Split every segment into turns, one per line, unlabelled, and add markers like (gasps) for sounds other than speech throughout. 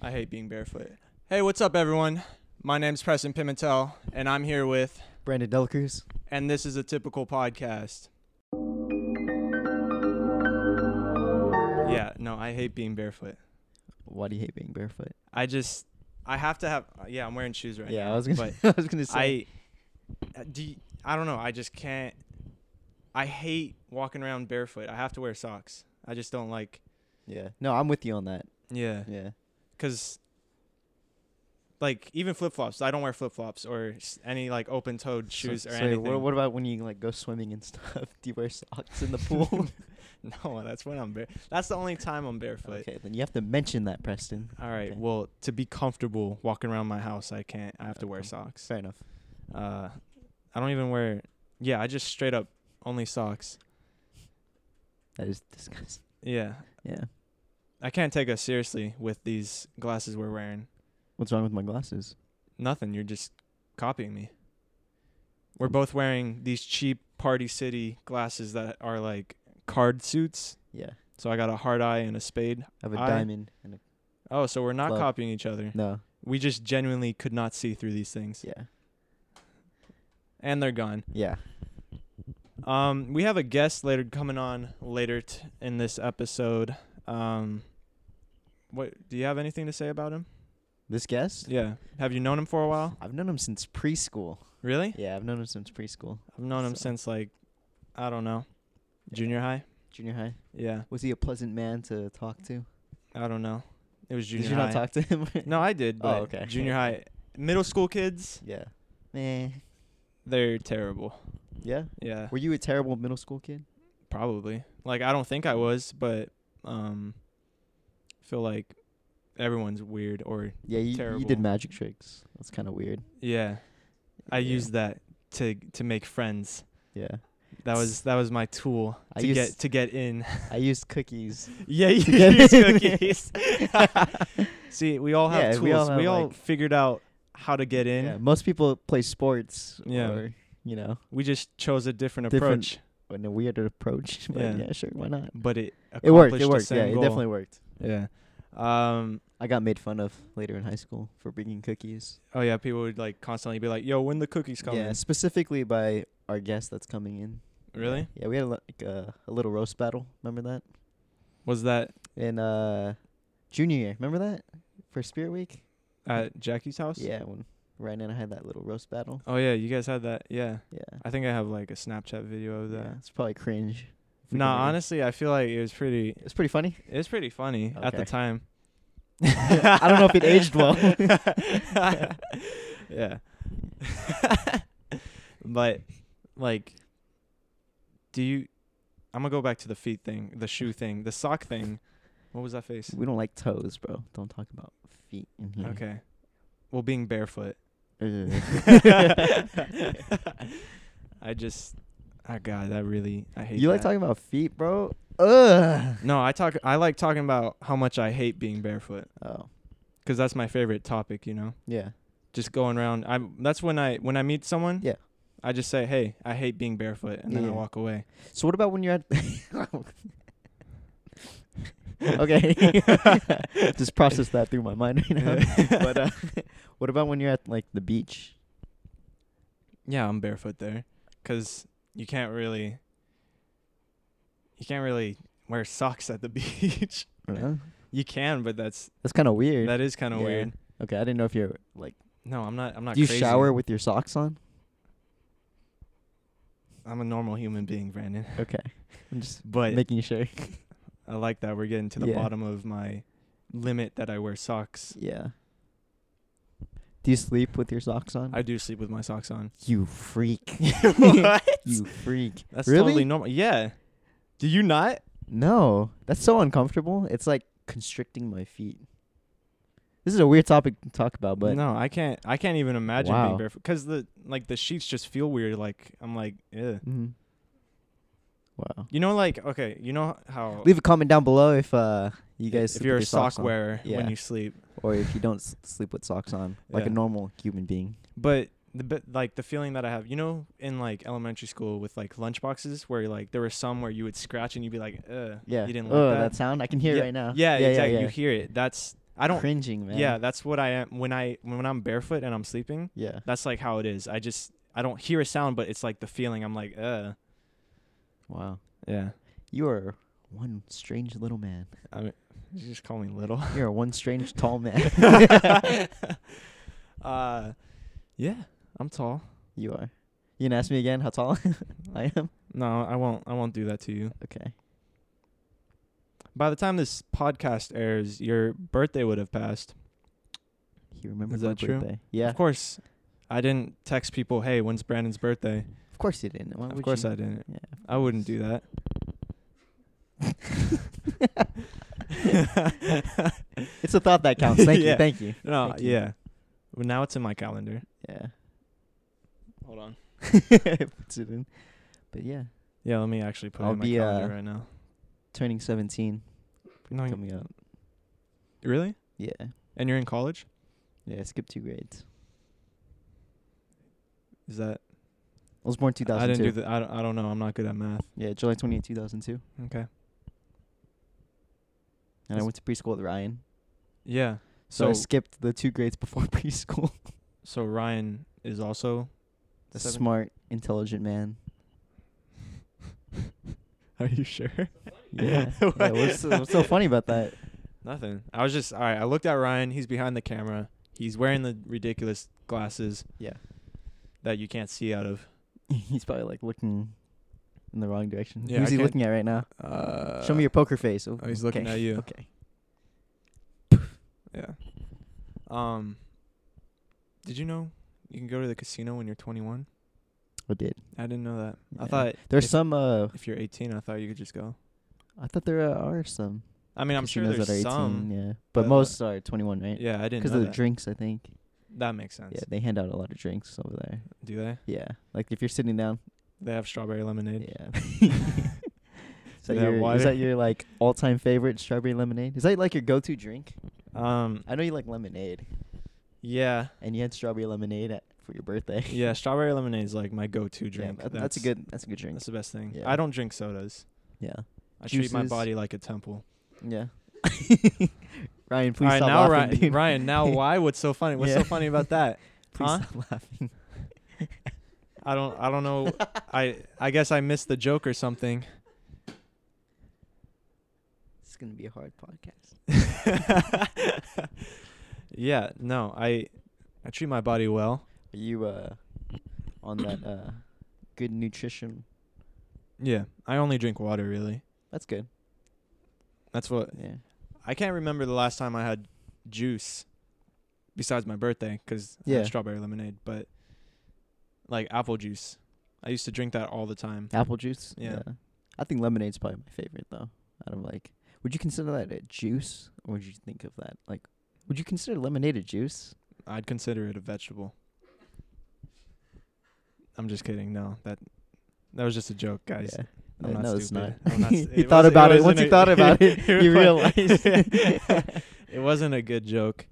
I hate being barefoot. Hey, what's up, everyone? My name's Preston Pimentel, and I'm here with,
Brandon Delacruz.
and this is a typical podcast. Yeah, no, I hate being barefoot.
Why do you hate being barefoot?
I just, I have to have. Yeah, I'm wearing shoes right
yeah,
now.
I was gonna.
but
I was gonna (laughs) say.
I uh, do. y- I don't know. I just can't. I hate walking around barefoot. I have to wear socks. I just don't like.
yeah. No, I'm with you
(laughs)
on that.
Yeah,
Yeah.
because like even flip flops. I don't wear flip flops or s- any like open toed shoes
so,
or
so
anything.
What, what about when you like go swimming and (laughs) stuff? Do you wear socks in the pool?
(laughs) no, that's when I'm bare. That's the only time I'm barefoot.
okay, then you have to mention that, Preston.
All right.
Okay.
Well, to be comfortable walking around my house, I can't. I have to wear
Okay.
socks.
Fair enough.
Uh, I don't even wear. Yeah, I just straight up only socks.
That is disgusting.
Yeah,
Yeah.
I can't take us seriously with these glasses we're wearing.
What's wrong with my glasses?
Nothing. You're just copying me. We're both wearing these cheap Party City glasses that are like card suits.
Yeah.
So I got a hard eye and a spade.
I have a
I-
diamond and a
Oh, so we're not
Club.
copying each other.
no.
We just genuinely could not see through these things.
Yeah.
And they're gone.
Yeah.
Um, we have a guest later coming on later t- in this episode. Um, what do you have anything to say about him?
This guest?
Yeah, have you known him for a while?
I've known him since preschool.
Really?
Yeah, I've known him since preschool,
I've known him
So-
since like, I don't know, junior high.
junior high.
Yeah,
Was he a pleasant man to talk to?
I don't know. It was junior
did you
high.
not talk to him?
No, I did. But
Oh, okay.
Junior high, middle school kids,
(laughs) Yeah. Meh.
they're terrible.
Yeah.
Yeah,
Were you a terrible middle school kid?
probably. Like I don't think I was, but um, I feel like everyone's weird or
Yeah, you, you
Terrible.
did magic tricks. That's kind of weird.
yeah. I
Yeah.
used that to to make friends.
Yeah.
That was that was my tool
I
to
used-
get to get
(laughs)
in. (laughs)
I used cookies.
yeah, (laughs) you
get
use
in.
cookies. See, we all have
Yeah,
tools.
we
We
all
all,
have, like-
figured out how to get in. (laughs)
(laughs) Yeah, most people play sports
Yeah.
or, you know,
We just chose a different,
Different-
approach,
in a weirder approach. (laughs) But
Yeah.
yeah. sure, why not?
but it
It worked. It
accomplished the
worked. Yeah,
same
it
goal.
definitely worked.
Yeah. Um.
I got made fun of later in high school for bringing cookies.
Oh yeah. People would like constantly be like, "Yo, when the cookies coming?"
Yeah, specifically by our guest that's coming in.
Really?
Yeah, we had a, li- like, uh, a little roast battle. Remember that?
Was that
In uh, junior year. Remember that? For Spirit Week?
at Jackie's house?
Mm. Yeah, when Ryan and I had that little roast battle.
Oh yeah. You guys had that. Yeah.
Yeah.
I think I have like a Snapchat video of that.
Yeah, it's probably cringe. If we
No,
can re-
honestly, I feel like it was pretty.
it's pretty funny.
It was pretty funny at the
Okay.
time.
(laughs) I don't know if it aged well.
(laughs) yeah. (laughs) but like do you I'm going to go back to the feet thing, the shoe thing, the sock thing. What was that face?
We don't like toes, bro. Don't talk about feet in here.
Okay. Well, being barefoot.
(laughs)
(laughs)
Ugh.
I just oh god, that really I hate
you like
that.
talking about feet, bro? Ugh.
No, I talk I like talking about how much I hate being barefoot
Oh,
cuz that's my favorite topic, you know.
yeah.
just going around. I am that's when I when I meet someone.
Yeah.
I just say, "Hey, I hate being barefoot," and then I
Yeah.
walk away.
So what about when you're at?
(laughs)
(laughs) okay. (laughs) Just process that through my mind right now. but uh, (laughs) what about when you're at like the beach?
Yeah, I'm barefoot there, cause you can't really, you can't really wear socks at the (laughs) beach.
I don't know.
you can, but that's
That's kind of weird.
Uh-huh. that is kind of
Yeah.
weird.
okay, I didn't know if you're like.
No, I'm not. I'm not.
do you
crazy.
shower with your socks on?
I'm a normal human being,
(laughs)
Brandon.
Okay, I'm just
But
making sure.
I like that we're getting to the
Yeah.
bottom of my limit that I wear socks.
Yeah. Do you sleep with your socks on?
I do sleep with my socks
(laughs)
on. (laughs)
you (laughs) freak. You freak.
That's
Really?
totally normal. Yeah. Do you not?
No, that's so uncomfortable. It's like constricting my feet. This is a weird topic to talk about, but
no, I can't. I can't even imagine
Wow.
being barefoot because the like the sheets just feel weird. Like I'm like, Ew.
Mhm. wow.
you know, like okay, you know how
Leave a comment down below if uh you
i-
guys
Oh. if
sleep
you're a
with your
sock
socks on,
wearer when
Yeah.
you sleep,
or if you don't s- sleep with socks on, like
Yeah.
a normal human being.
but the bit like the feeling that I have, you know, in like elementary school with like lunch boxes where like there were some where you would scratch and you'd be like, Ugh,
Yeah.
you didn't
oh,
like that.
sound I can hear it
yeah,
right now.
Yeah,
yeah,
exactly.
Yeah,
You hear it. That's I don't.
cringing, man.
Yeah, that's what I am when I when I'm barefoot and I'm sleeping.
Yeah.
That's like how it is. I just I don't hear a sound, but it's like the feeling. I'm like, uh,
Wow.
yeah.
You are one strange little man.
I mean, you just call me (laughs) little.
You're one strange
(laughs)
tall man.
uh, yeah, I'm tall.
you are. You gonna ask me again how tall (laughs) I am?
No, I won't. I won't do that to you.
Okay.
By the time this podcast airs, your birthday would have passed.
He remembers
Is
my
that true?
birthday. Yeah.
Of course, I didn't text people, "Hey, when's Brandon's birthday?"
Of course you didn't. Why
of
would
course
you?
I didn't.
Yeah.
I wouldn't do
(laughs)
that.
It's a thought that counts.
(laughs)
Thank
Yeah.
you. Thank you.
No,
Thank you.
yeah. Well, now it's in my calendar.
Yeah.
Hold on.
Puts it in. But yeah,
Yeah, let me actually put
I'll
it in my
be,
calendar
uh,
right now.
turning 17
No, you-
coming up.
really?
Yeah.
And you're in college?
Yeah, skip two grades.
Is that?
I was born 2002.
I didn't do the. I don't, I don't know. I'm not good at math.
yeah, July 28, 2002.
Okay.
And I
That's-
went to preschool with Ryan.
Yeah.
So, I
So
skipped the two grades before (laughs) preschool.
so Ryan is also. (laughs)
A
seven-
smart, intelligent man.
(laughs) Are you sure?
Yeah. yeah what's, so- what's so funny about that?
Nothing. I was just all right. I looked at Ryan. He's behind the camera. He's wearing the ridiculous glasses.
Yeah.
That you can't see out of.
(laughs) He's probably like looking in the wrong direction.
Yeah,
Who's
I
he
can't-
looking at right now?
Uh,
Show me your poker face. Oh,
he's looking
okay.
at
(laughs)
you.
Okay.
Yeah. Um. Did you know you can go to the casino when you're 21?
I did.
I didn't know that. I
Yeah.
thought
There's
if,
some. Uh,
if you're 18, I thought you could just go.
I thought there uh, are some.
I mean, I'm sure
casinos
there's
that are 18,
some.
Yeah, but,
but, uh,
most are 21, right?
Yeah, I didn't
Because
know
of the
that.
drinks, I think.
that makes sense.
Yeah, they hand out a lot of drinks over there.
Do they?
Yeah, like if you're sitting down.
They have strawberry lemonade. (laughs)
Yeah. (laughs) is,
They
that
have
your,
water.
is that your like all-time favorite strawberry lemonade? Is that like your go-to drink?
Um.
I know you like lemonade,
Yeah.
and you had strawberry lemonade at, for your birthday.
Yeah. Strawberry lemonade is like my go-to
(laughs) Yeah,
drink.
that- that's, a good. That's a good drink.
That's the best thing.
Yeah.
I don't drink sodas.
Yeah.
I treat my
Juices.
body like a temple. (laughs)
Yeah. (laughs) Ryan, please
All right,
stop
now
laughing.
Ryan, (laughs)
dude.
Ryan, now why? What's so funny? What's so
Yeah.
funny about that?
(laughs) please
huh?
stop laughing.
I don't. I don't
(laughs)
know. I I guess I missed the joke or something. (laughs)
It's gonna be a hard podcast.
yeah. No. I I treat my body well.
Are you uh on that uh good nutrition?
Yeah. I only drink water really.
That's good.
That's what
Yeah.
I can't remember the last time I had juice besides my birthday because
Yeah.
strawberry lemonade, but like apple juice. I used to drink that all the time.
Apple juice.
Yeah.
I think lemonade's probably my favorite though. Out of like, would you consider that a juice, or would you think of that like? Would you consider lemonade a juice?
I'd consider it a vegetable. I'm just kidding. No, that that was just a joke, guys.
Yeah.
I'm
Uh,
not
no, it's
stupid.
not.
I'm
(laughs)
not
you
stu- it
thought
wasn't-
about it.
wasn't
Once you
a- (laughs)
thought about it, (laughs)
it
you
was-
realized. (laughs)
it wasn't a good joke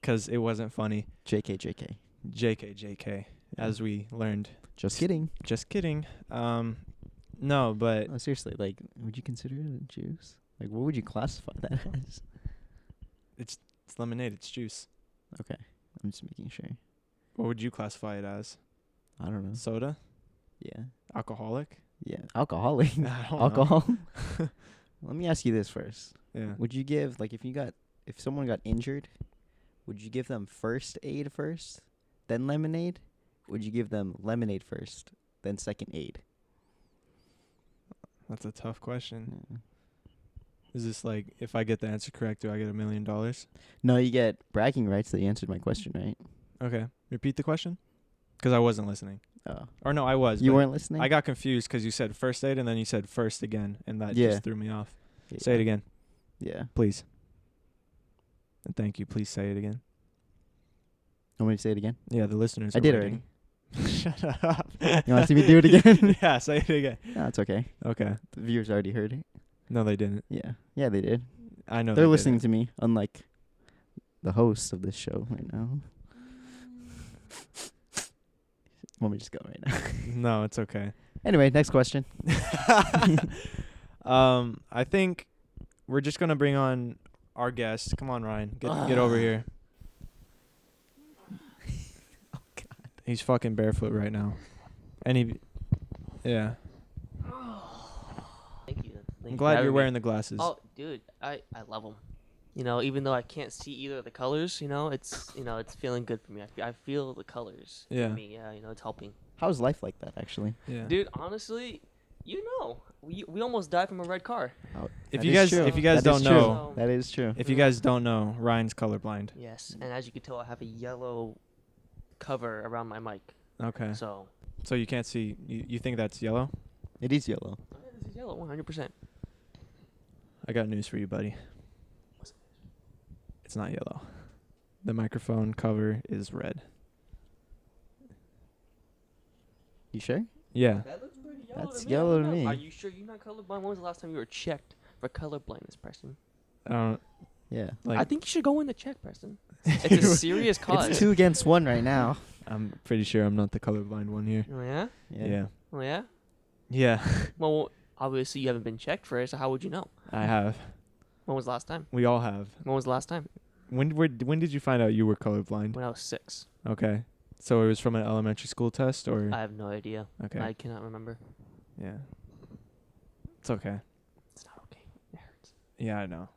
because it wasn't funny.
Jk, Jk.
Jk, Jk, as we learned.
Just kidding.
Just kidding. Um, no, but
No, seriously, like, would you consider it a juice? Like, what would you classify (laughs) that as?
It's lemonade. It's juice.
I'm just making sure.
What would you classify it as?
I don't know.
Soda?
Yeah.
Alcoholic? (laughs)
Yeah. Alcoholic. (laughs)
I don't know.
Alcohol. Let me ask you this first.
Yeah.
Would you give like if you got if someone got injured, would you give them first aid first, then lemonade? Would you give them lemonade first, then second aid?
That's a tough question.
Mm.
Is this like if I get the answer correct, do I get a million dollars?
No, you get bragging rights that you answered my question, right?
Okay. Repeat the question? Because I wasn't listening.
Oh.
Or no, I was.
You
but
weren't listening?
I got confused because you said first aid and then you said first again, and that
Yeah.
just threw me off.
yeah.
Say it again,
Yeah.
please. And thank you. Please say it again.
You want me to say it again?
Yeah, the listeners.
I
are
did
waiting. (laughs) Shut up.
You want to see me do it again?
(laughs) yeah, say it again.
no, it's okay.
Okay.
(laughs) The viewers already heard it.
No, they didn't.
Yeah. Yeah, they did.
I know
They're
they
listening
didn't.
to me, unlike the hosts of this show right now. (laughs) Want me to just go right now?
No, it's okay.
Anyway, next question.
(laughs) um, I think we're just gonna bring on our guest. Come on, Ryan. Get get over
Ugh.
here.
Ah.
(laughs) Oh, He's fucking barefoot right now. And he Yeah.
Thank you.
I'm glad you're wearing the glasses.
Oh, dude, I I love them. You know, even though I can't see either of the colors, you know, it's you know it's feeling good for me. I feel, I feel the colors.
Yeah.
For me, yeah. You know, it's helping.
How's life like that, actually?
Yeah.
Dude, honestly, you know, we we almost died from a red car.
Oh,
If
that
you
is
guys-
true.
if you
guys
That is
don't
true.
know-
that is true.
If you guys don't know, Ryan's colorblind.
Yes, and as you can tell, I have a yellow cover around my mic.
Okay.
So
So you can't see you, you think that's yellow?
It is yellow.
Oh, yeah, this is yellow, 100. percent
I got news for you, buddy. It's not yellow. The microphone cover is red.
You sure?
Yeah.
That looks pretty
yellow to That's
to
me. I don't yellow to know. me.
Are you sure you're not colorblind? When was the last time you were checked for color blindness, Preston?
I don't
Yeah.
uh, like
I think you should go in the check, Preston.
(laughs)
(laughs) It's a serious cause.
It's two against one right now.
I'm pretty sure I'm not the colorblind one here.
(laughs) Oh yeah.
Yeah.
yeah.
Oh yeah.
Yeah,
Well, obviously you haven't been checked for it, so how would you know?
I have.
When was the last time?
We all have.
When was the last time?
When were, when did you find out you were colorblind?
When I was six.
Okay. So it was from an elementary school test or
I have no idea.
okay.
I cannot remember.
yeah. It's okay.
It's not okay. It hurts.
Yeah, I know.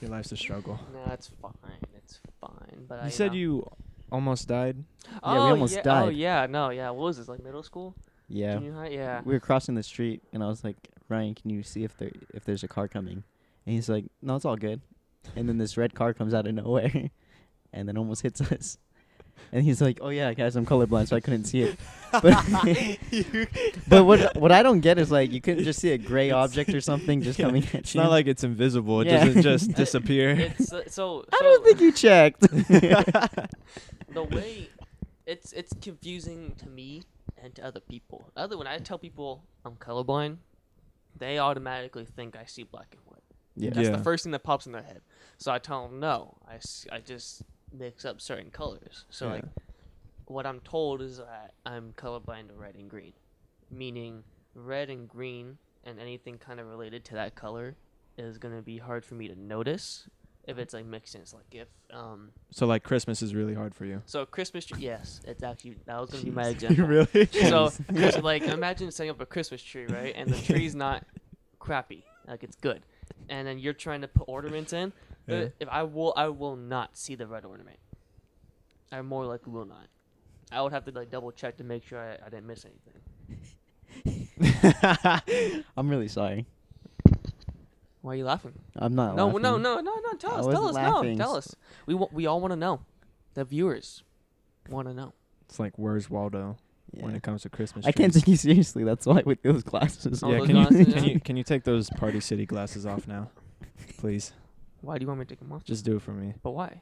Your life's a struggle.
No, it's fine. It's fine. But I,
you said
Uh, know.
you almost died?
Oh,
we almost
yeah, Oh
died.
yeah. No. Yeah. What was this? Like middle school?
Yeah.
Junior high? Yeah.
(laughs) We were crossing the street, and I was like, Ryan, can you see if there if there's a car coming? And he's like, No, it's all good. And then this red car comes out of nowhere, (laughs) and then almost hits us. And he's like, Oh yeah, guys, I'm colorblind, so I couldn't
(laughs)
see it. But but what what I don't get is like you couldn't just see a gray object or something just
(laughs) Yeah,
coming at you.
It's not like it's invisible. It
Yeah.
doesn't just
It-
disappear.
It's uh, so.
I don't
so
think you
(laughs)
checked.
the way it's it's confusing to me and to other people. Other when I tell people I'm colorblind, they automatically think I see black and white.
yeah.
That's
Yeah.
the first thing that pops in their head. So I tell them no, I, s- I just mix up certain colors. So
Yeah.
like what I'm told is that I'm colorblind to red and green, meaning red and green and anything kind of related to that color is gonna be hard for me to notice if it's like mixed in. It's like if um
So like Christmas is really hard for you.
so Christmas tree, yes, it's actually that was gonna be
(laughs)
(laughs)
my
Jeez.
example.
really?
(laughs)
So, (laughs)
(laughs)
'cause, like, imagine setting up a Christmas tree, right? And the tree's not crappy, like it's good. And then you're trying to put ornaments in. but
Yeah.
If I will, I will not see the red ornament. I more likely will not. I would have to like double check to make sure I, I didn't miss anything.
I'm really sorry.
Why are you laughing?
I'm not.
no,
laughing.
no, no, no, no. Tell
I
us,
wasn't
tell us,
laughing.
no, tell us. We wa- we all want to know. The viewers want to know.
it's like where's Waldo
Yeah.
when it comes to Christmas?
I can't
trees.
take you seriously. That's why with those glasses.
Oh,
yeah,
those
can you,
glasses,
can
yeah.
you can you take those Party City glasses off now, please?
Why do you want me to take them off?
Just do it for me.
But why?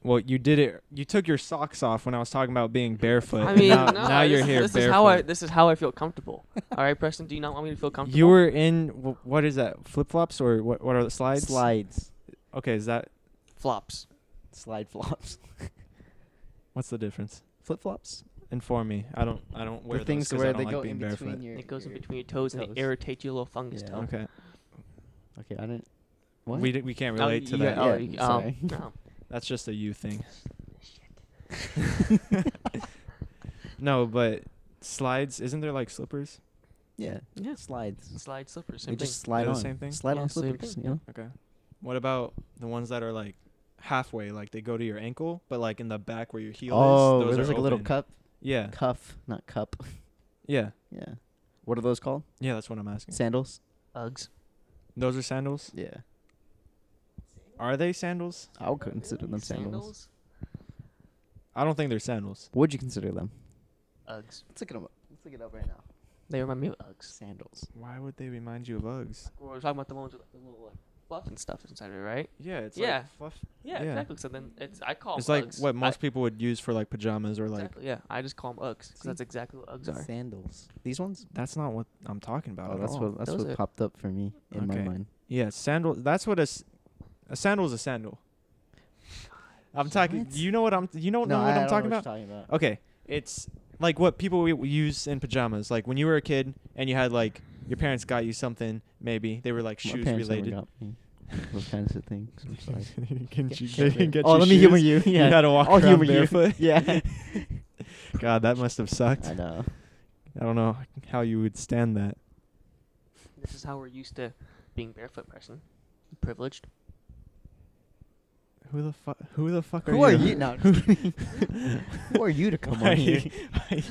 Well, you did it. You took your socks off when I was talking about being barefoot.
I
and
mean,
now,
no,
now
this
you're
is-
here
This
barefoot.
is how I. This is how I feel comfortable. All right, Preston. Do you not want me to feel comfortable?
you were in wh- what is that? Flip flops or what? What are the slides?
Slides.
Okay, is that
flops.
Slide flops. (laughs)
what's the difference?
Flip flops.
Inform me. I don't. I don't wear
the things
those 'cause I
where
don't
they
like
go
being
in
barefoot.
between your.
It goes in
your-
between your toes, and
toes.
it irritates your little fungus
Yeah.
toe.
Okay.
Okay, I didn't. What?
We d- we can't
Oh,
relate to
you-
that.
got-
oh,
Yeah,
you-
sorry.
oh, no.
That's just a you
(laughs)
thing. (laughs) no, but slides. Isn't there like slippers?
yeah.
Yeah.
Slides.
Slide slippers.
They
Same
just
thing.
slide
They're
on.
the same thing?
Slide
Yeah,
on
same
slippers.
thing.
You know.
Okay. What about the ones that are like halfway? Like they go to your ankle, but like in the back where your heel is.
oh, where
Those
there's
are
like a little
open.
cup.
Yeah.
Cuff, not cup. (laughs)
Yeah.
Yeah. What are those called?
Yeah, that's what I'm asking.
Sandals.
Uggs.
Those are sandals?
Yeah.
Are they sandals?
I would consider them sandals.
Sandals.
I don't think they're sandals.
Would you consider them?
Uggs.
Let's look it up. Let's look it up right now.
They remind me of Uggs.
Sandals.
Why would they remind you of Uggs?
We're talking about the ones with like, the little like, fluff and stuff inside of it, right?
Yeah, it's
Yeah.
like fluff.
Yeah,
Yeah.
exactly. So then it's I call.
It's
them
like
Uggs.
what
I-
most people would use for like pajamas or like
Exactly, yeah, I just call them Uggs because
See?
that's exactly what Uggs are.
Sandals. These ones?
that's not what I'm talking about.
Oh,
at
that's
all.
what that's
Those
what
are-
popped up for me in my
Okay.
mind.
Yeah, sandal. That's what a, s- a sandal is a
(laughs)
sandal. I'm talking.
What?
You know what I'm. You don't know what
I
I'm
don't
talking
know
about.
what you're talking about.
Okay, it's like what people we- we use in pajamas. Like when you were a kid and you had like your parents got you something. Maybe they were like
My
shoes
parents never
(laughs) related.
got me. those kinds of things. (laughs) I'm sorry.
Can
Get
you-
shit
they didn't
lit.
get
oh,
you
let me humor
shoes?
you. Yeah,
You had to walk
I'll
around
humor you.
barefoot.
(laughs) yeah.
God, that must have sucked.
I know.
I don't know how you would stand that.
This is how we're used to being barefoot person. Privileged.
Who the fuck? Who the fuck
Who are you? No, I'm just kidding. (laughs) Who are you to come
Why
on
are you- (laughs)
here?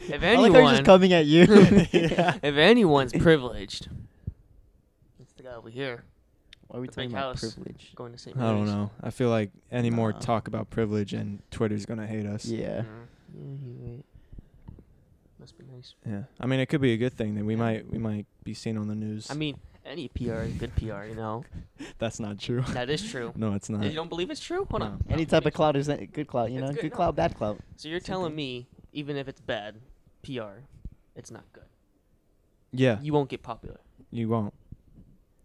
If
I like how he's
anyone,
just
(laughs)
coming at you.
(laughs)
(laughs)
Yeah. (laughs)
if anyone's privileged, it's the guy over here
Why are we
The
talking
big
about
house.
privilege?
going to
(laughs)
St.
I don't
Mary's.
know. I feel like any more
Nah.
talk about privilege and Twitter's gonna hate us.
Yeah.
Mhm. Yeah, you're right. Must be nice.
Yeah. I mean, it could be a good thing that we might we might be seen on the news.
I mean, any PR is good PR, you know.
that's not
(laughs)
true.
That is true.
(laughs) no, it's not.
You don't believe it's true? Hold
No.
on.
Any
No,
type
maybe
of cloud is a good cloud, you
It's
know.
good,
Good
no.
cloud, bad cloud.
So you're
Same
telling
thing.
me, even if it's bad PR, it's not good.
Yeah.
You won't get popular.
You won't.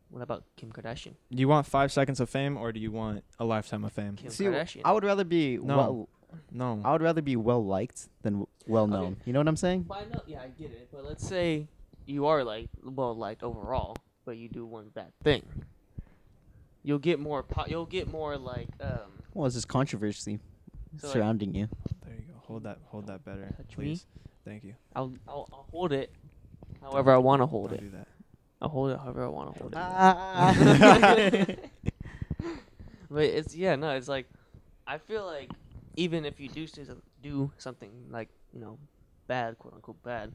What about Kim Kardashian?
Do you want five seconds of fame or do you want a lifetime of fame?
Kim
See,
Kardashian.
I would rather be
No.
well.
No.
I would rather be well liked than w- well known. You know what I'm saying?
Why not? Yeah, I get it. But let's say you are like well liked overall, but you do one bad thing. You'll get more. Po- you'll get more like um.
Well, it's just controversy
So, like-
surrounding
(laughs)
you.
There you go. Hold that. Hold that better,
Touch me.
please. Thank you.
I'll I'll, I'll hold it. However, I want to hold
Don't
it.
do that.
I'll hold it. However, I want to hold it.
Ah.
(laughs) But it's yeah, no, it's like I feel like even if you do s- do something like you know bad, quote unquote bad,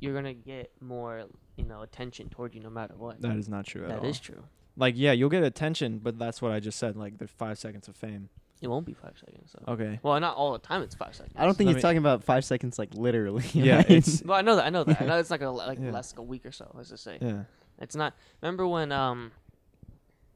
you're gonna get more you know attention toward you no matter what.
That is not true at
that
all.
is true.
like yeah, you'll get attention, but that's what I just said. Like the five seconds of fame.
It won't be five seconds. So.
Okay.
Well, not all the time. It's five seconds.
I don't think
Let
he's
me-
talking about five seconds, like literally.
(laughs) Yeah,
right?
it's-
Well, I know that. I know that. I know it's not
(laughs)
gonna la- like
Yeah.
last like a week or so. Let's just say
Yeah.
it's not. Remember when um,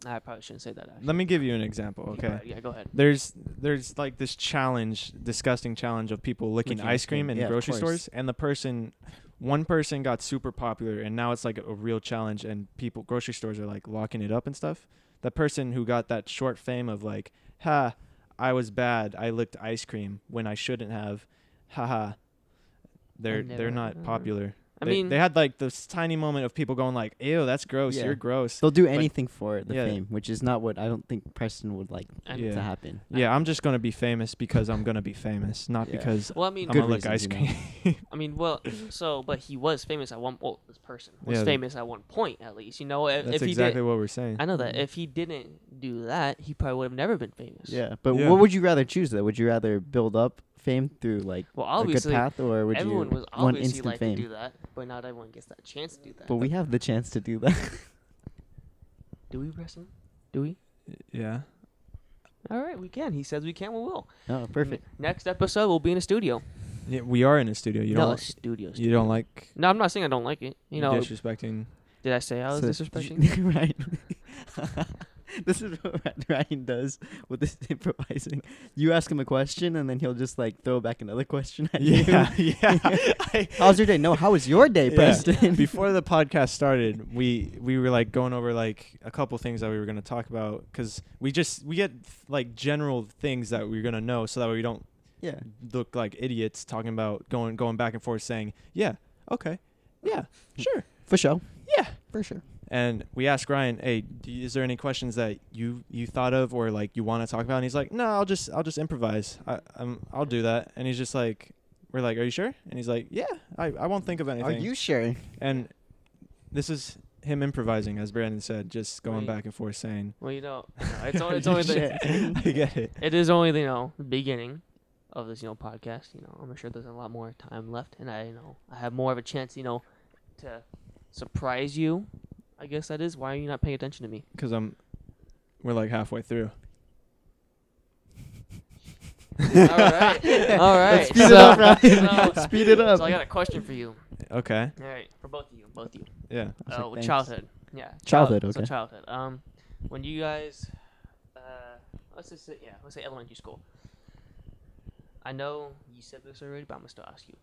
I probably shouldn't say that. Actually.
Let me give you an example.
Yeah,
Okay.
alright, Yeah, go ahead.
There's there's like this challenge, disgusting challenge of people licking,
Licking
ice
ice cream.
cream in
Yeah, of
grocery
course.
stores, and the person, one person got super popular, and now it's like a real challenge, and people grocery stores are like locking it up and stuff. The person who got that short fame of like, ha, I was bad, I licked ice cream when I shouldn't have, ha ha. They're
never
they're
heard
not
of that.
popular.
I
they,
mean,
they had like this tiny moment of people going like, "Ew, that's gross.
Yeah.
You're gross."
(laughs) They'll do anything for the
yeah.
fame, which is not what I don't think Preston would like
I
Yeah.
to happen.
Yeah, I'm just gonna be famous because I'm gonna be famous, not
Yeah.
because
well, I mean,
I'm
Good
gonna lick ice
reasons, you
cream.
know.
(laughs)
I mean, well, so but he was famous at one. Well, this person was
Yeah.
famous at one point, at least. You know, if,
That's
if he
exactly
did,
what we're saying.
I know that if he didn't do that, he probably would have never been famous.
Yeah, but
Yeah.
what would you rather choose though? Would you rather build up fame through like
Well,
a
obviously,
good path, or would
everyone
you
was
want
obviously
instant
like
fame?
to do that, but not everyone gets that chance to do that.
But we have the chance to do that.
do we, Preston? Do we?
Yeah.
All right, we can. He says we can. We will.
(laughs) oh, perfect.
N- Next episode, we'll be in a studio.
yeah, we are in a studio. You
no,
don't.
studio,
You
studio.
don't like.
No, I'm not saying I don't like it. You know,
disrespecting. (laughs)
did I say I was
So-
disrespecting?
(laughs) right. this is what Ryan does with this (laughs) improvising. You ask him a question, and then he'll just like throw back another question at (laughs)
Yeah, (laughs)
you.
yeah.
How's your day? No, how was your day,
Yeah.
Preston?
Before the podcast started, we we were like going over like a couple things that we were gonna talk about because we just we get like general things that we're gonna know so that we don't
yeah.
look like idiots talking about going going back and forth saying yeah okay yeah sure
For sure.
yeah
For sure.
and we asked Ryan, "Hey, do you- is there any questions that you you thought of or like you want to talk about?" And he's like, "No, I'll just I'll just improvise. I um I'll do that." And he's just like, "We're like, are you sure?" And he's like, "Yeah, I I won't think of anything."
Are you sure?
(laughs)
(laughs)
And this is him improvising, as Brandon said, just going
Wait.
back and forth saying,
Well, you know, it's only,
"Are
it's
you (laughs)
(laughs)
only
sure?"
the, (laughs)
I get it. (laughs)
it is only you know the beginning of this you know podcast. You know, I'm sure there's a lot more time left, and I you know I have more of a chance you know to surprise you. I guess that is why are you not paying attention to me?
Cuz I'm we're like halfway through.
all right, all right.
speed it
so,
up, Ryan. (laughs)
so-
Speed it up.
So I got a question for you.
Okay.
All right, for both of you, both of you.
Yeah.
I was like,
Oh,
"Thanks."
childhood. Yeah.
Childhood,
So
okay.
childhood. Um, when you guys, uh, let's just say, yeah, let's say elementary school. I know you said this already, but I'm gonna still ask you: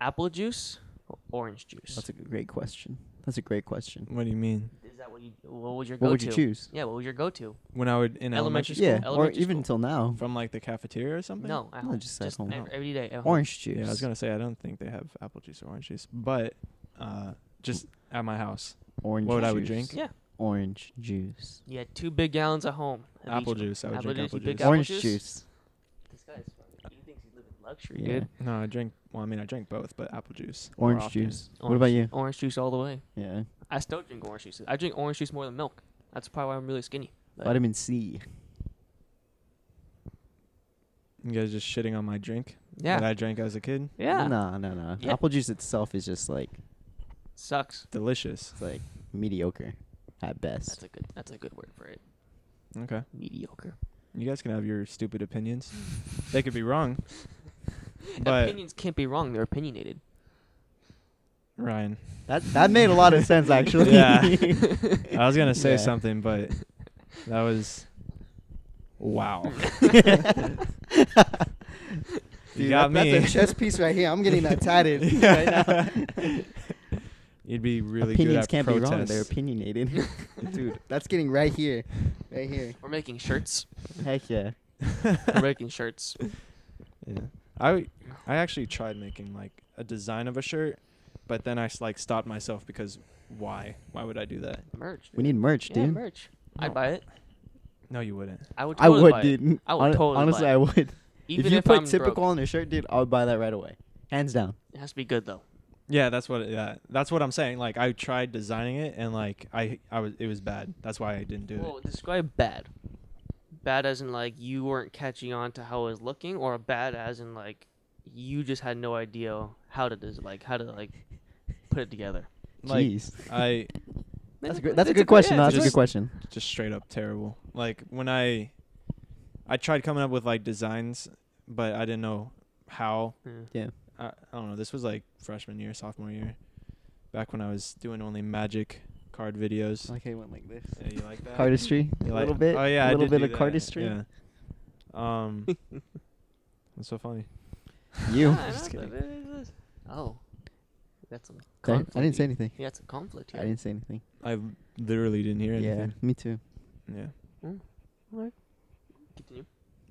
apple juice or orange juice?
That's a g- great question. That's a great question.
What do you mean?
Is that what you? What was your go-to?
What would you choose?
Yeah, what was your go-to?
When I would in elementary,
Elementary
school
yeah, or
elementary
even
school.
until now,
from like the cafeteria or something?
No, at
No,
home.
just at home.
ev- every day. At home.
orange juice.
Yeah, I was gonna say I don't think they have apple juice or orange juice, but uh, just at my house.
orange
what
juice.
I would drink?
Yeah.
orange juice.
You had two big gallons at home. of
Apple
each-
juice. I would
apple
drink
juice,
apple
you big
juice.
apple
Orange
juice?
juice.
This guy's fucking. He thinks he's living luxury,
Yeah.
dude.
No, I drink. Well, I mean, I drink both, but apple juice. more
Orange
often.
juice. What about you?
Orange juice all the way.
Yeah.
I still drink orange juice. I drink orange juice more than milk. That's probably why I'm really skinny. But
Vitamin C.
You guys just shitting on my drink that
yeah,
I drank as a kid.
yeah,
No, no, no.
Yeah.
Apple juice itself is just like
sucks.
Delicious.
it's like mediocre at
That's
best.
a good. That's a good word for it.
Okay.
Mediocre.
You guys can have your stupid opinions. they could be
(laughs)
wrong, but
Opinions can't be wrong. They're opinionated.
Ryan,
That that made a lot of sense actually.
Yeah.
(laughs)
I was gonna say
Yeah.
something, but that was
(laughs)
wow. you
Dude,
got
that-
me.
That's a chess piece right here. I'm getting (laughs) that tatted right now. (laughs)
You'd be really
Opinions
good at
can't
protests.
be wrong. They're opinionated. (laughs) Dude, that's getting right here. Right here.
We're
(laughs)
making shirts.
Heck yeah.
We're making shirts.
Yeah. I I actually tried making like a design of a shirt, but then I s- like stopped myself because why? Why would I do that?
Merch.
We need merch,
yeah,
dude.
merch.
No.
I'd buy it.
No, you wouldn't.
I would.
I
Totally
would,
buy It.
dude.
I would
Hon-
totally buy
Honestly,
it.
I would.
Even
if you
if
put
I'm
typical
broke.
on a shirt, dude, I would buy that right away. Hands down.
it has to be good though.
Yeah, that's what yeah, that's what I'm saying. Like I tried designing it and like I I was it was bad. That's why I didn't do it.
Well, describe bad. Bad as in like you weren't catching on to how it was looking, or bad as in like you just had no idea how to des- like how to like put it together.
Like
Jeez.
I
That's a good, that's a good question.
yeah,
though. That's a
just-
good question.
just straight up terrible. Like when I I tried coming up with like designs, but I didn't know how.
Yeah.
I, I don't know. This was like freshman year, sophomore year, back when I was doing only magic card videos.
Like I went like this.
yeah, you like that?
Cardistry,
You (laughs)
a
like-
little bit.
Oh yeah,
a
I
little
did
bit of
do that,
cardistry.
Yeah. Um, that's so funny.
(laughs) You. (laughs)
Ah,
Just
that's
kidding.
a- Oh, that's some.
Sorry,
Conflict.
I didn't say anything.
Yeah, it's a conflict here.
I didn't say anything.
I literally didn't hear
Yeah,
anything.
me too.
Yeah.
Continue.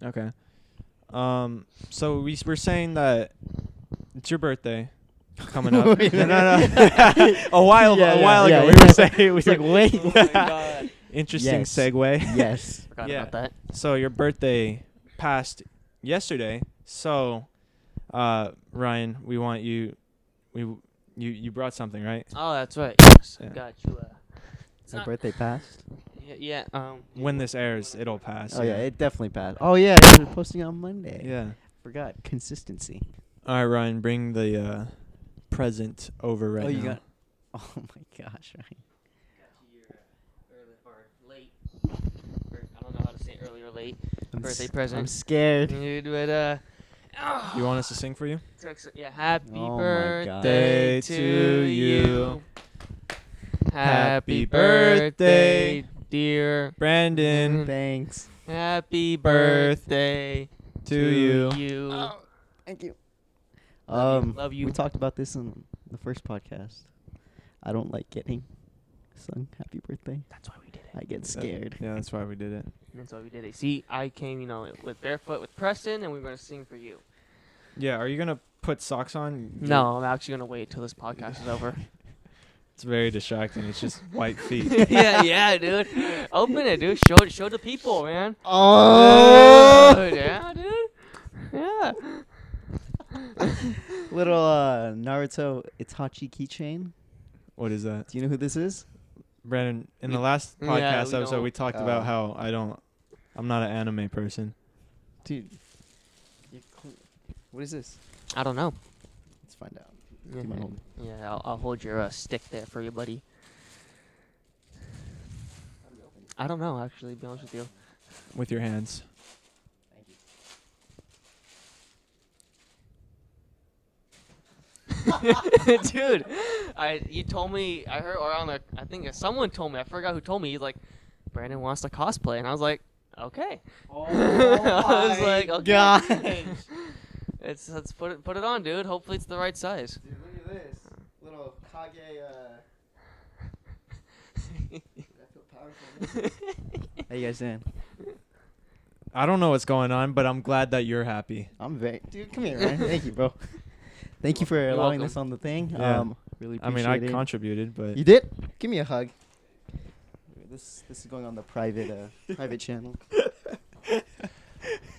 Okay. Um. So we s- were saying that it's your birthday coming
(laughs)
up.
Wait
no,
a
no, no.
minute.
a while
Yeah,
a
yeah,
while
yeah,
ago, we
yeah.
were saying we
It's like,
were-
wait.
Oh (laughs)
(laughs)
my god.
(laughs) Interesting
Yes.
segue.
yes.
Forgot
Yeah.
about that.
So your birthday passed yesterday. So, uh, Ryan, we want you. We w- you you brought something, right?
Oh, that's right. Yes, I
Yeah.
got you. Uh, it's
My
not-
birthday passed.
Yeah, yeah. Um.
When this airs, it'll pass.
Oh yeah, it definitely passed. Oh yeah, dude, we're posting on Monday.
Yeah. Oh,
Forgot consistency.
All right, Ryan, bring the uh, present over right
oh,
now.
you got. (laughs) Oh my gosh, right.
uh, early or late. Or, I don't know how to say early or late.
I'm
Birthday
s- I'm
present.
scared.
Dude, but uh.
(gasps) you want us to sing for you?
Text- Yeah, happy
Oh my God.
birthday to you. Happy birthday, dear. Mm.
Brandon,
Thanks.
Happy
Birthday
birthday
to you.
you.
Thank you.
Love you,
Um,
love you.
We talked about this in the first podcast. I don't like getting sung happy birthday.
That's why we did it.
I get
That-
scared. (laughs)
yeah, that's why we did it.
That's why we did it. See, I came, you know, with barefoot with Preston, and we were gonna sing for you.
Yeah, are you gonna put socks on?
No, I'm actually gonna wait till this podcast is over. (laughs)
It's very distracting. It's just white feet.
(laughs) yeah, yeah, dude. Open it, dude. Show show the people, man.
Oh,
(laughs) Dude, yeah, dude. Yeah.
little uh, Naruto Itachi keychain.
What is that?
Do you know who this is?
Brandon, in
We-
the last
yeah,
podcast
we
episode,
don't-
we talked about
uh,
how I don't, I'm not an anime person.
Dude, you're cool. what is this?
I don't know.
Let's find out.
Yeah,
Do my
(laughs)
hold.
yeah I'll, I'll hold your uh, stick there for you, buddy. I don't know, actually. To be honest with you.
With your hands.
(laughs) dude i you told me i heard or on the i think someone told me i forgot who told me he's like brandon wants to cosplay and i was like okay (laughs) i was like okay
Oh
(laughs)
gosh.
it's let's put it put it on dude hopefully it's the right size (laughs)
Dude, look at this little Kage. Uh, I feel powerful.
(laughs)
How you guys doing?
I don't know what's going on, but I'm glad that you're happy.
I'm very. Dude, come here, man. Thank you, bro. (laughs) Thank you for allowing
welcome.
this on the thing.
Yeah.
Um, really
I
appreciate
mean, I
it.
contributed, but
you did. Give me a hug. this this is going on the private uh, private channel.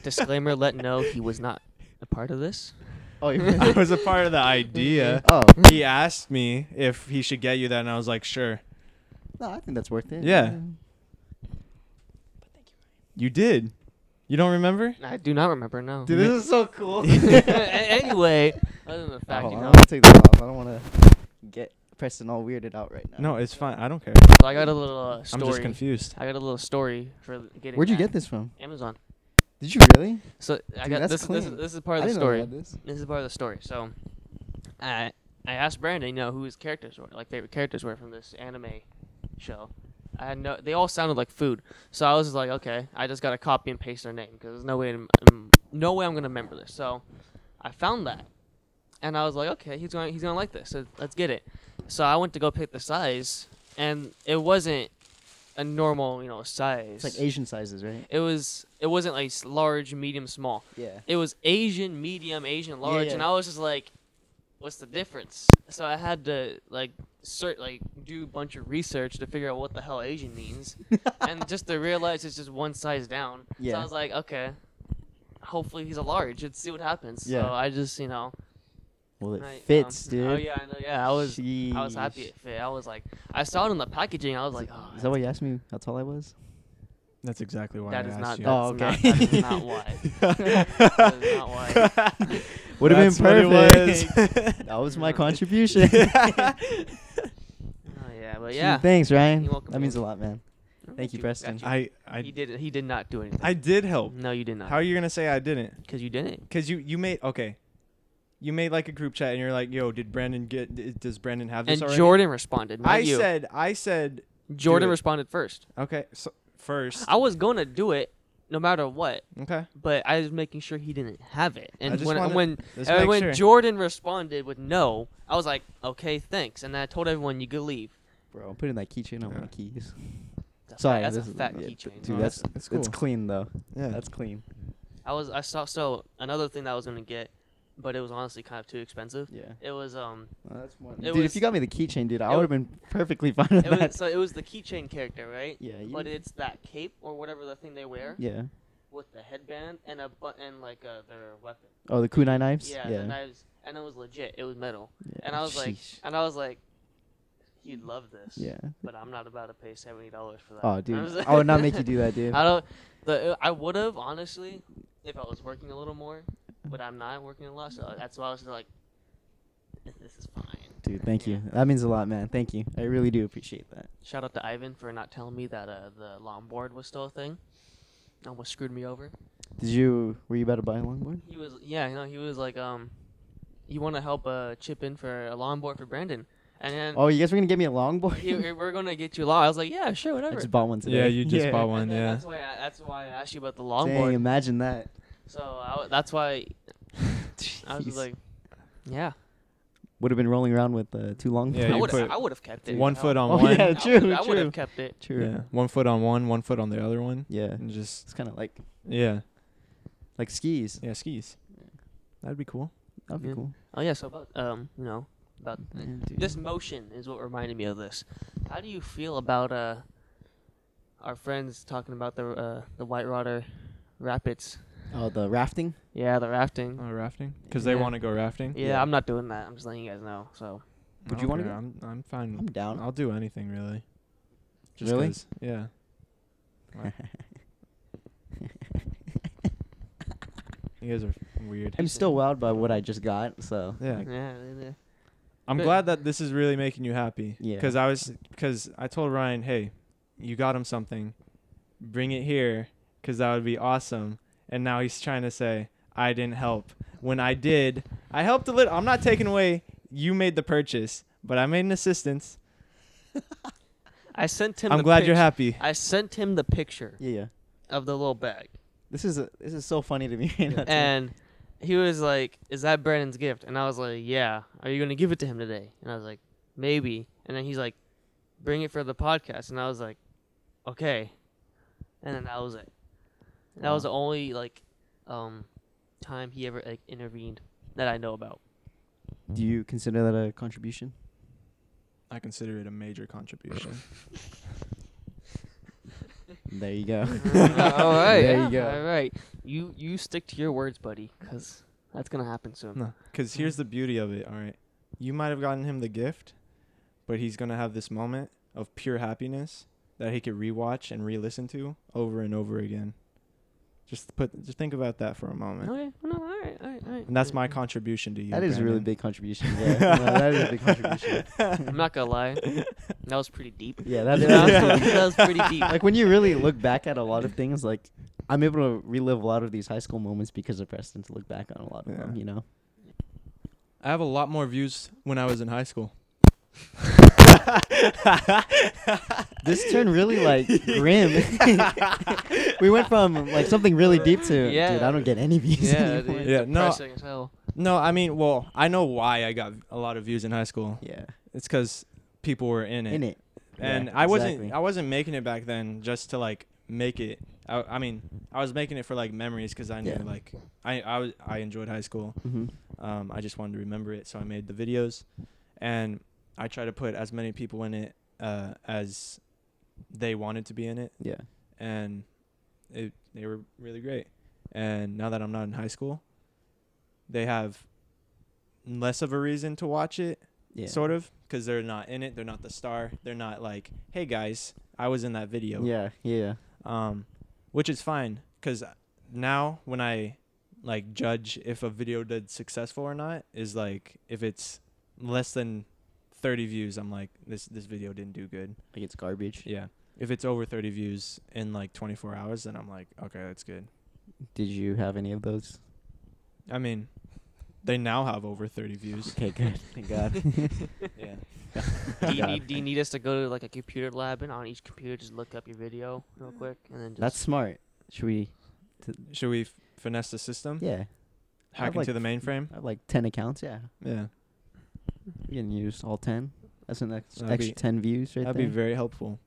Disclaimer: Let know he was not a part of this.
(laughs)
(laughs)
Oh,
I
you're
was a part of the
(laughs)
idea.
oh
He asked me if he should get you that, and I was like, sure.
no, I think that's worth it.
Yeah. You did. You don't remember?
(laughs) I do not remember. No.
Dude, this is
so (laughs) cool.
anyway, other than the fact,
Hold
you
on, Oh, I
know,
want to take this off. I don't want to get Preston all weirded out right now.
No, it's fine. I don't care.
so I got a little uh,
I'm
story.
just confused.
I got a little story for getting.
Where'd you
that.
get this from?
Amazon.
Did you really?
So I
Dude,
got
that's
this, this.
clean.
is- This is part
I
of the
didn't know
story.
you had this.
This is part of the story. So, I I asked Brandon, you know, who his characters were, like favorite characters were from this anime show. I had no, they all sounded like food. So I was just like, okay, I just gotta copy and paste their name because there's no way, to, um, no way I'm gonna remember this. So I found that, and I was like, okay, he's going, he's gonna like this. So let's get it. So I went to go pick the size, and it wasn't a normal, you know, size.
It's like Asian sizes, right?
it was, it wasn't like s- large, medium, small
(laughs) Yeah.
it was Asian medium, Asian large,
yeah.
and I was just like, "What's the difference?" So I had to like cert, like do a bunch of research to figure out what the hell
(laughs)
Asian means, and just to realize it's just one size down. So
Yeah.
I was like, "Okay, hopefully he's a large. Let's see what happens."
Yeah.
So I just you know
Well, it
I, um,
fits, dude.
Oh yeah, I know, yeah. I was I was happy
Sheesh.
it fit. I was like, I saw it in the packaging. I was like, "Oh,
Is that what you asked me? How tall I
(laughs)
was?
That's exactly why
that
I
is
asked
not
you.
that's
Oh,
not
okay.
that is not why."
(laughs)
that
is not why.
(laughs)
Would have been
That's what it
perfect.
(laughs)
was.
that was my contribution.
Oh yeah, but
Gee,
(laughs)
(laughs)
yeah.
Thanks, Ryan.
You're welcome,
That means a
man.
lot, man. Thank you,
Got
Preston.
(laughs) I I
he did. He did not do anything.
I did help.
No, you did not.
How are you gonna say I didn't?
Because you didn't.
Cause you you made okay. You made like a group chat and you're like, yo, did Brandon get? d- Does Brandon have this
And
already?
Jordan responded. Not
I
you.
said I said
Jordan
do it.
responded first.
okay. So first,
I was gonna do it no matter what,
okay.
but I was making sure he didn't have it. And
just
when
wanna-
when
Let's
and
make
when
sure.
Jordan responded with no, I was like, okay, thanks. And I told everyone you could leave.
Bro, I'm putting that keychain on
Yeah.
my keys.
That's
Sorry,
that's a
this is-
fat
yeah,
keychain.
Dude,
No,
that's,
that's-
it's
that's cool.
clean though.
yeah.
That's clean.
I was I saw so another thing that I was gonna get, but it was honestly kind of too expensive.
Yeah.
It was um
that's one.
It
Dude,
was-
if you got me the keychain, dude, I
it
would have been perfectly (laughs) fine with
it
(laughs)
was,
that.
so it was the keychain character right,
Yeah. You,
but it's that cape or whatever the thing they wear
yeah.
with the headband and a bu- and like uh, their weapon.
Oh, the kunai knives.
Yeah, the knives, and it was legit. It was metal,
Yeah.
and I was like,
Sheesh.
and I was like, you'd love this.
Yeah.
But I'm not about to pay seventy dollars for that.
Oh,
I'm (laughs)
dude,
just-
I would not make you do
(laughs)
that, dude.
I don't. The I would have honestly, if I was working a little more, but I'm not working a lot, so that's why I was like, this is fine.
Dude, thank
Yeah.
you. That means a lot, man. Thank you. I really do appreciate that.
Shout out to Ivan for not telling me that uh, the longboard was still a thing. Almost screwed me over.
Did you? Were you about to buy a longboard?
He was yeah, you know, he was like, um, you want to help uh chip in for a longboard for Brandon, and then (laughs)
Oh, you guys were gonna get me a longboard.
"Here, here, we're gonna get you a log. I was like, yeah, sure,
I
whatever.
just bought one today.
Yeah, you just bought
And
one.
then
Yeah.
That's why I, that's why I asked you about the
Dang,
longboard.
imagine that.
so I w that's why (laughs) I was just like, yeah,
would have been rolling around with uh, two longboards.
Yeah,
I
you
would
put
I would have kept it.
one
I
foot on
Oh,
one.
yeah.
would- I
true,
(laughs)
would- I would
true.
have kept
(laughs)
it.
True.
yeah, One foot on one, one foot on the other one,
yeah.
and just
It's kind of like
yeah,
like skis.
yeah, skis. That'd be cool.
That'd be
Yeah.
cool.
Oh yeah, so about um, you know, about
Yeah, dude.
this motion is what reminded me of this. How do you feel about uh our friends talking about the uh the White Rotter rapids?
Oh, the rafting.
Yeah, the rafting.
Uh, rafting, because they
Yeah.
want to go rafting.
yeah,
yeah.
I'm not doing that. I'm just letting you guys know. So
I
Would you
don't
wanna
care.
go?
I'm I'm fine.
I'm
Oh,
down.
I'll do anything really.
Really?
'cause- Yeah.
(laughs)
Wow. (laughs) you guys are weird.
I'm still wowed by what I just got. So
Yeah.
yeah, yeah.
I'm
Good.
glad that this is really making you happy.
Yeah.
Because I was, because I told Ryan, hey, you got him something, bring it here, because that would be awesome. And now he's trying to say I didn't help. When I did, I helped a little. I'm not taking away you made the purchase, but I made an assistance.
I sent him.
I'm
the
glad you're
pic-
happy.
I sent him the picture
yeah, yeah.
of the little bag,
This is a, this is so funny to me. right (laughs) now, too.
and he was like, "Is that Brandon's gift?" And I was like, "Yeah." Are you gonna give it to him today? And I was like, "Maybe." And then he's like, "Bring it for the podcast." And I was like, "Okay." And then that was it. That was the only like um time he ever like intervened that I know about.
do you consider that a contribution?
(laughs) I consider it a major contribution.
There you go.
(laughs) all right.
There
yeah,
you go.
All right. You you stick to your words, buddy, because that's gonna happen soon.
No, because here's the beauty of it. All right, you might have gotten him the gift, but he's gonna have this moment of pure happiness that he could rewatch and re-listen to over and over again. Just put, just think about that for a moment.
Okay. No. All right. All right. All right.
And that's my contribution to you.
That is a really
Brandon.
big
(laughs)
contribution. Yeah, No, that is a big contribution.
(laughs) I'm not gonna lie. That was pretty deep.
Yeah, that,
(laughs) Yeah.
that was-
That was pretty
(laughs)
deep.
Like when you really look back at a lot of things, like I'm able to relive a lot of these high school moments because of Preston to look back on a lot of
Yeah.
them. You know,
I have a lot more views when I was in high school.
(laughs) this turned really like grim. (laughs) we went from like something really deep to
(laughs) Yeah.
dude, I don't get any views
Yeah.
anymore.
dude,
Yeah, no.
Depressing
(laughs)
as hell.
(laughs) No, I mean, well, I know why I got a lot of views in high school.
Yeah,
It's because people were in it.
in it.
and
Yeah,
I wasn't
exactly.
I wasn't making it back then just to like make it. I, I mean, I was making it for like memories because I knew
Yeah.
like I I was I enjoyed high school.
Mhm.
Um, I just wanted to remember it, so I made the videos, and I try to put as many people in it uh, as they wanted to be in it,
Yeah,
and it they were really great. And now that I'm not in high school, they have less of a reason to watch it
yeah,
sort of because they're not in it they're not the star they're not like hey guys i was in that video
Yeah, yeah,
um which is fine because now when i like judge if a video did successful or not is like if it's less than 30 views i'm like this this video didn't do good
like it's garbage.
yeah if it's over 30 views in like 24 hours then i'm like okay that's good
Did you have any of those?
i mean they now have over 30 views
Okay, good. (laughs) Thank God.
yeah
Do you,
God.
need, do you need us to go to like a computer lab and on each computer just look up your video real quick and then just
That's smart. Should we?
should we f- finesse the system
Yeah, I'd
hack into
like-
the mainframe
I have like ten accounts. Yeah,
yeah
you can use all ten. That's an ex-
That'd
extra
be-
ten views right
That'd
there.
be very helpful.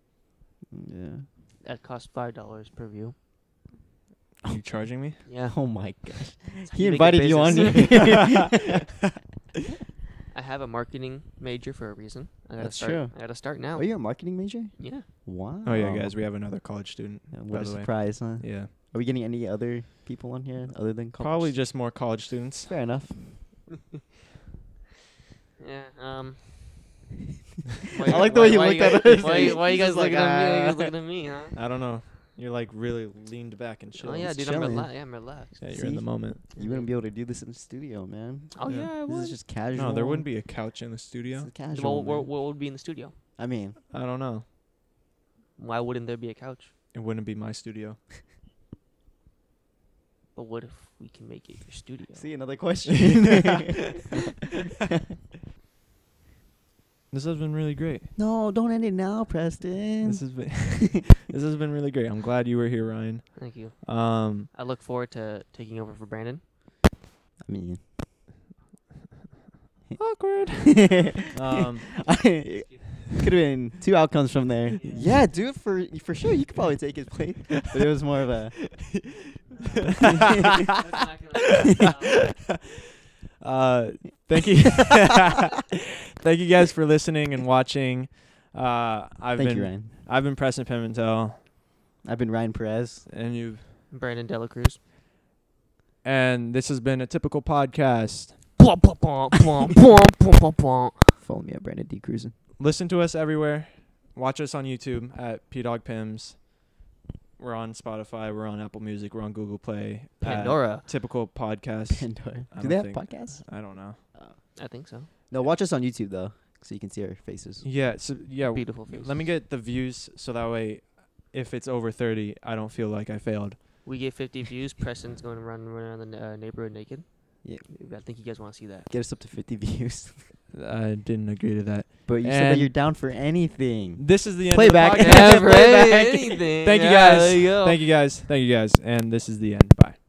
yeah.
that costs five dollars per view.
Are you charging me?
Yeah.
Oh my (laughs) gosh.
That's how
He
you make a
invited you on
business.
here.
(laughs)
(laughs)
I have a marketing major for a reason. I gotta
That's
start.
true.
I gotta start now.
(laughs) Are you a marketing major?
Yeah.
Wow.
Oh yeah, guys, we have another college student.
Uh,
by
What a
the way.
surprise, huh?
Yeah,
Are we getting any other people on here other than college?
probably just more college students.
Fair enough.
Yeah. Um.
(laughs) I like the way you
why
looked at
guys-
us.
Why,
(laughs)
why you
He's
guys
just like,
looking at me? You guys
"Ah."
looking at me, (laughs) huh?
I don't know. You're like really leaned back and chill.
Oh yeah,
He's
dude. I'm
chilling.
relaxed. Yeah, I'm relaxed.
Yeah, you're in the
See?
moment.
You wouldn't be able to do this in the studio, man.
Oh
Yeah.
yeah, I
This
would.
is just casual.
No, there wouldn't be a couch in the
This
studio.
is casual.
well, what,
man.
what would be in the studio?
I mean,
I don't know.
Why wouldn't there be a couch?
It wouldn't be my studio.
But what if we can make it your studio?
see
(laughs)
another question. (laughs)
This has been really great.
no, don't end it now, Preston.
This has been (laughs) this has been really great. I'm glad you were here, Ryan.
Thank you.
Um,
I look forward to taking over for Brandon.
I mean, (laughs)
awkward. (laughs) um,
could have been two outcomes from there. Yeah, dude, for for sure, you could probably take his place, but it was more of (laughs) a
uh, thank you, (laughs) thank you guys for listening and watching. Uh, I've
thank
been
you, Ryan.
I've been Preston Pimentel,
I've been Ryan Perez.
and you
Brandon Delacruz.
and this has been a typical podcast.
(laughs)
Follow me at Brandon D Cruisin.
Listen to us everywhere. Watch us on YouTube at P Dog Pims. We're on Spotify. We're on Apple Music. We're on Google Play. at
Pandora.
typical podcast.
Pandora.
I
(laughs) Do
don't
they have
think-
podcasts?
I don't know.
I think so.
No, watch us on YouTube though, so you can see our faces.
Yeah. So yeah. w-
Beautiful face.
Let me get the views so that way, if it's over 30, I don't feel like I failed.
We get 50 views. Preston's going to run around the n- uh, neighborhood naked.
Yeah.
I think you guys want to see that.
Get us up to 50 (laughs) views.
I didn't agree to that.
But you said that
And-
you're down for anything.
This is the end
Playback.
of
(laughs)
the podcast. (laughs)
Playback.
Thank you guys. Thank you guys. Thank you guys. And this is the end. Bye.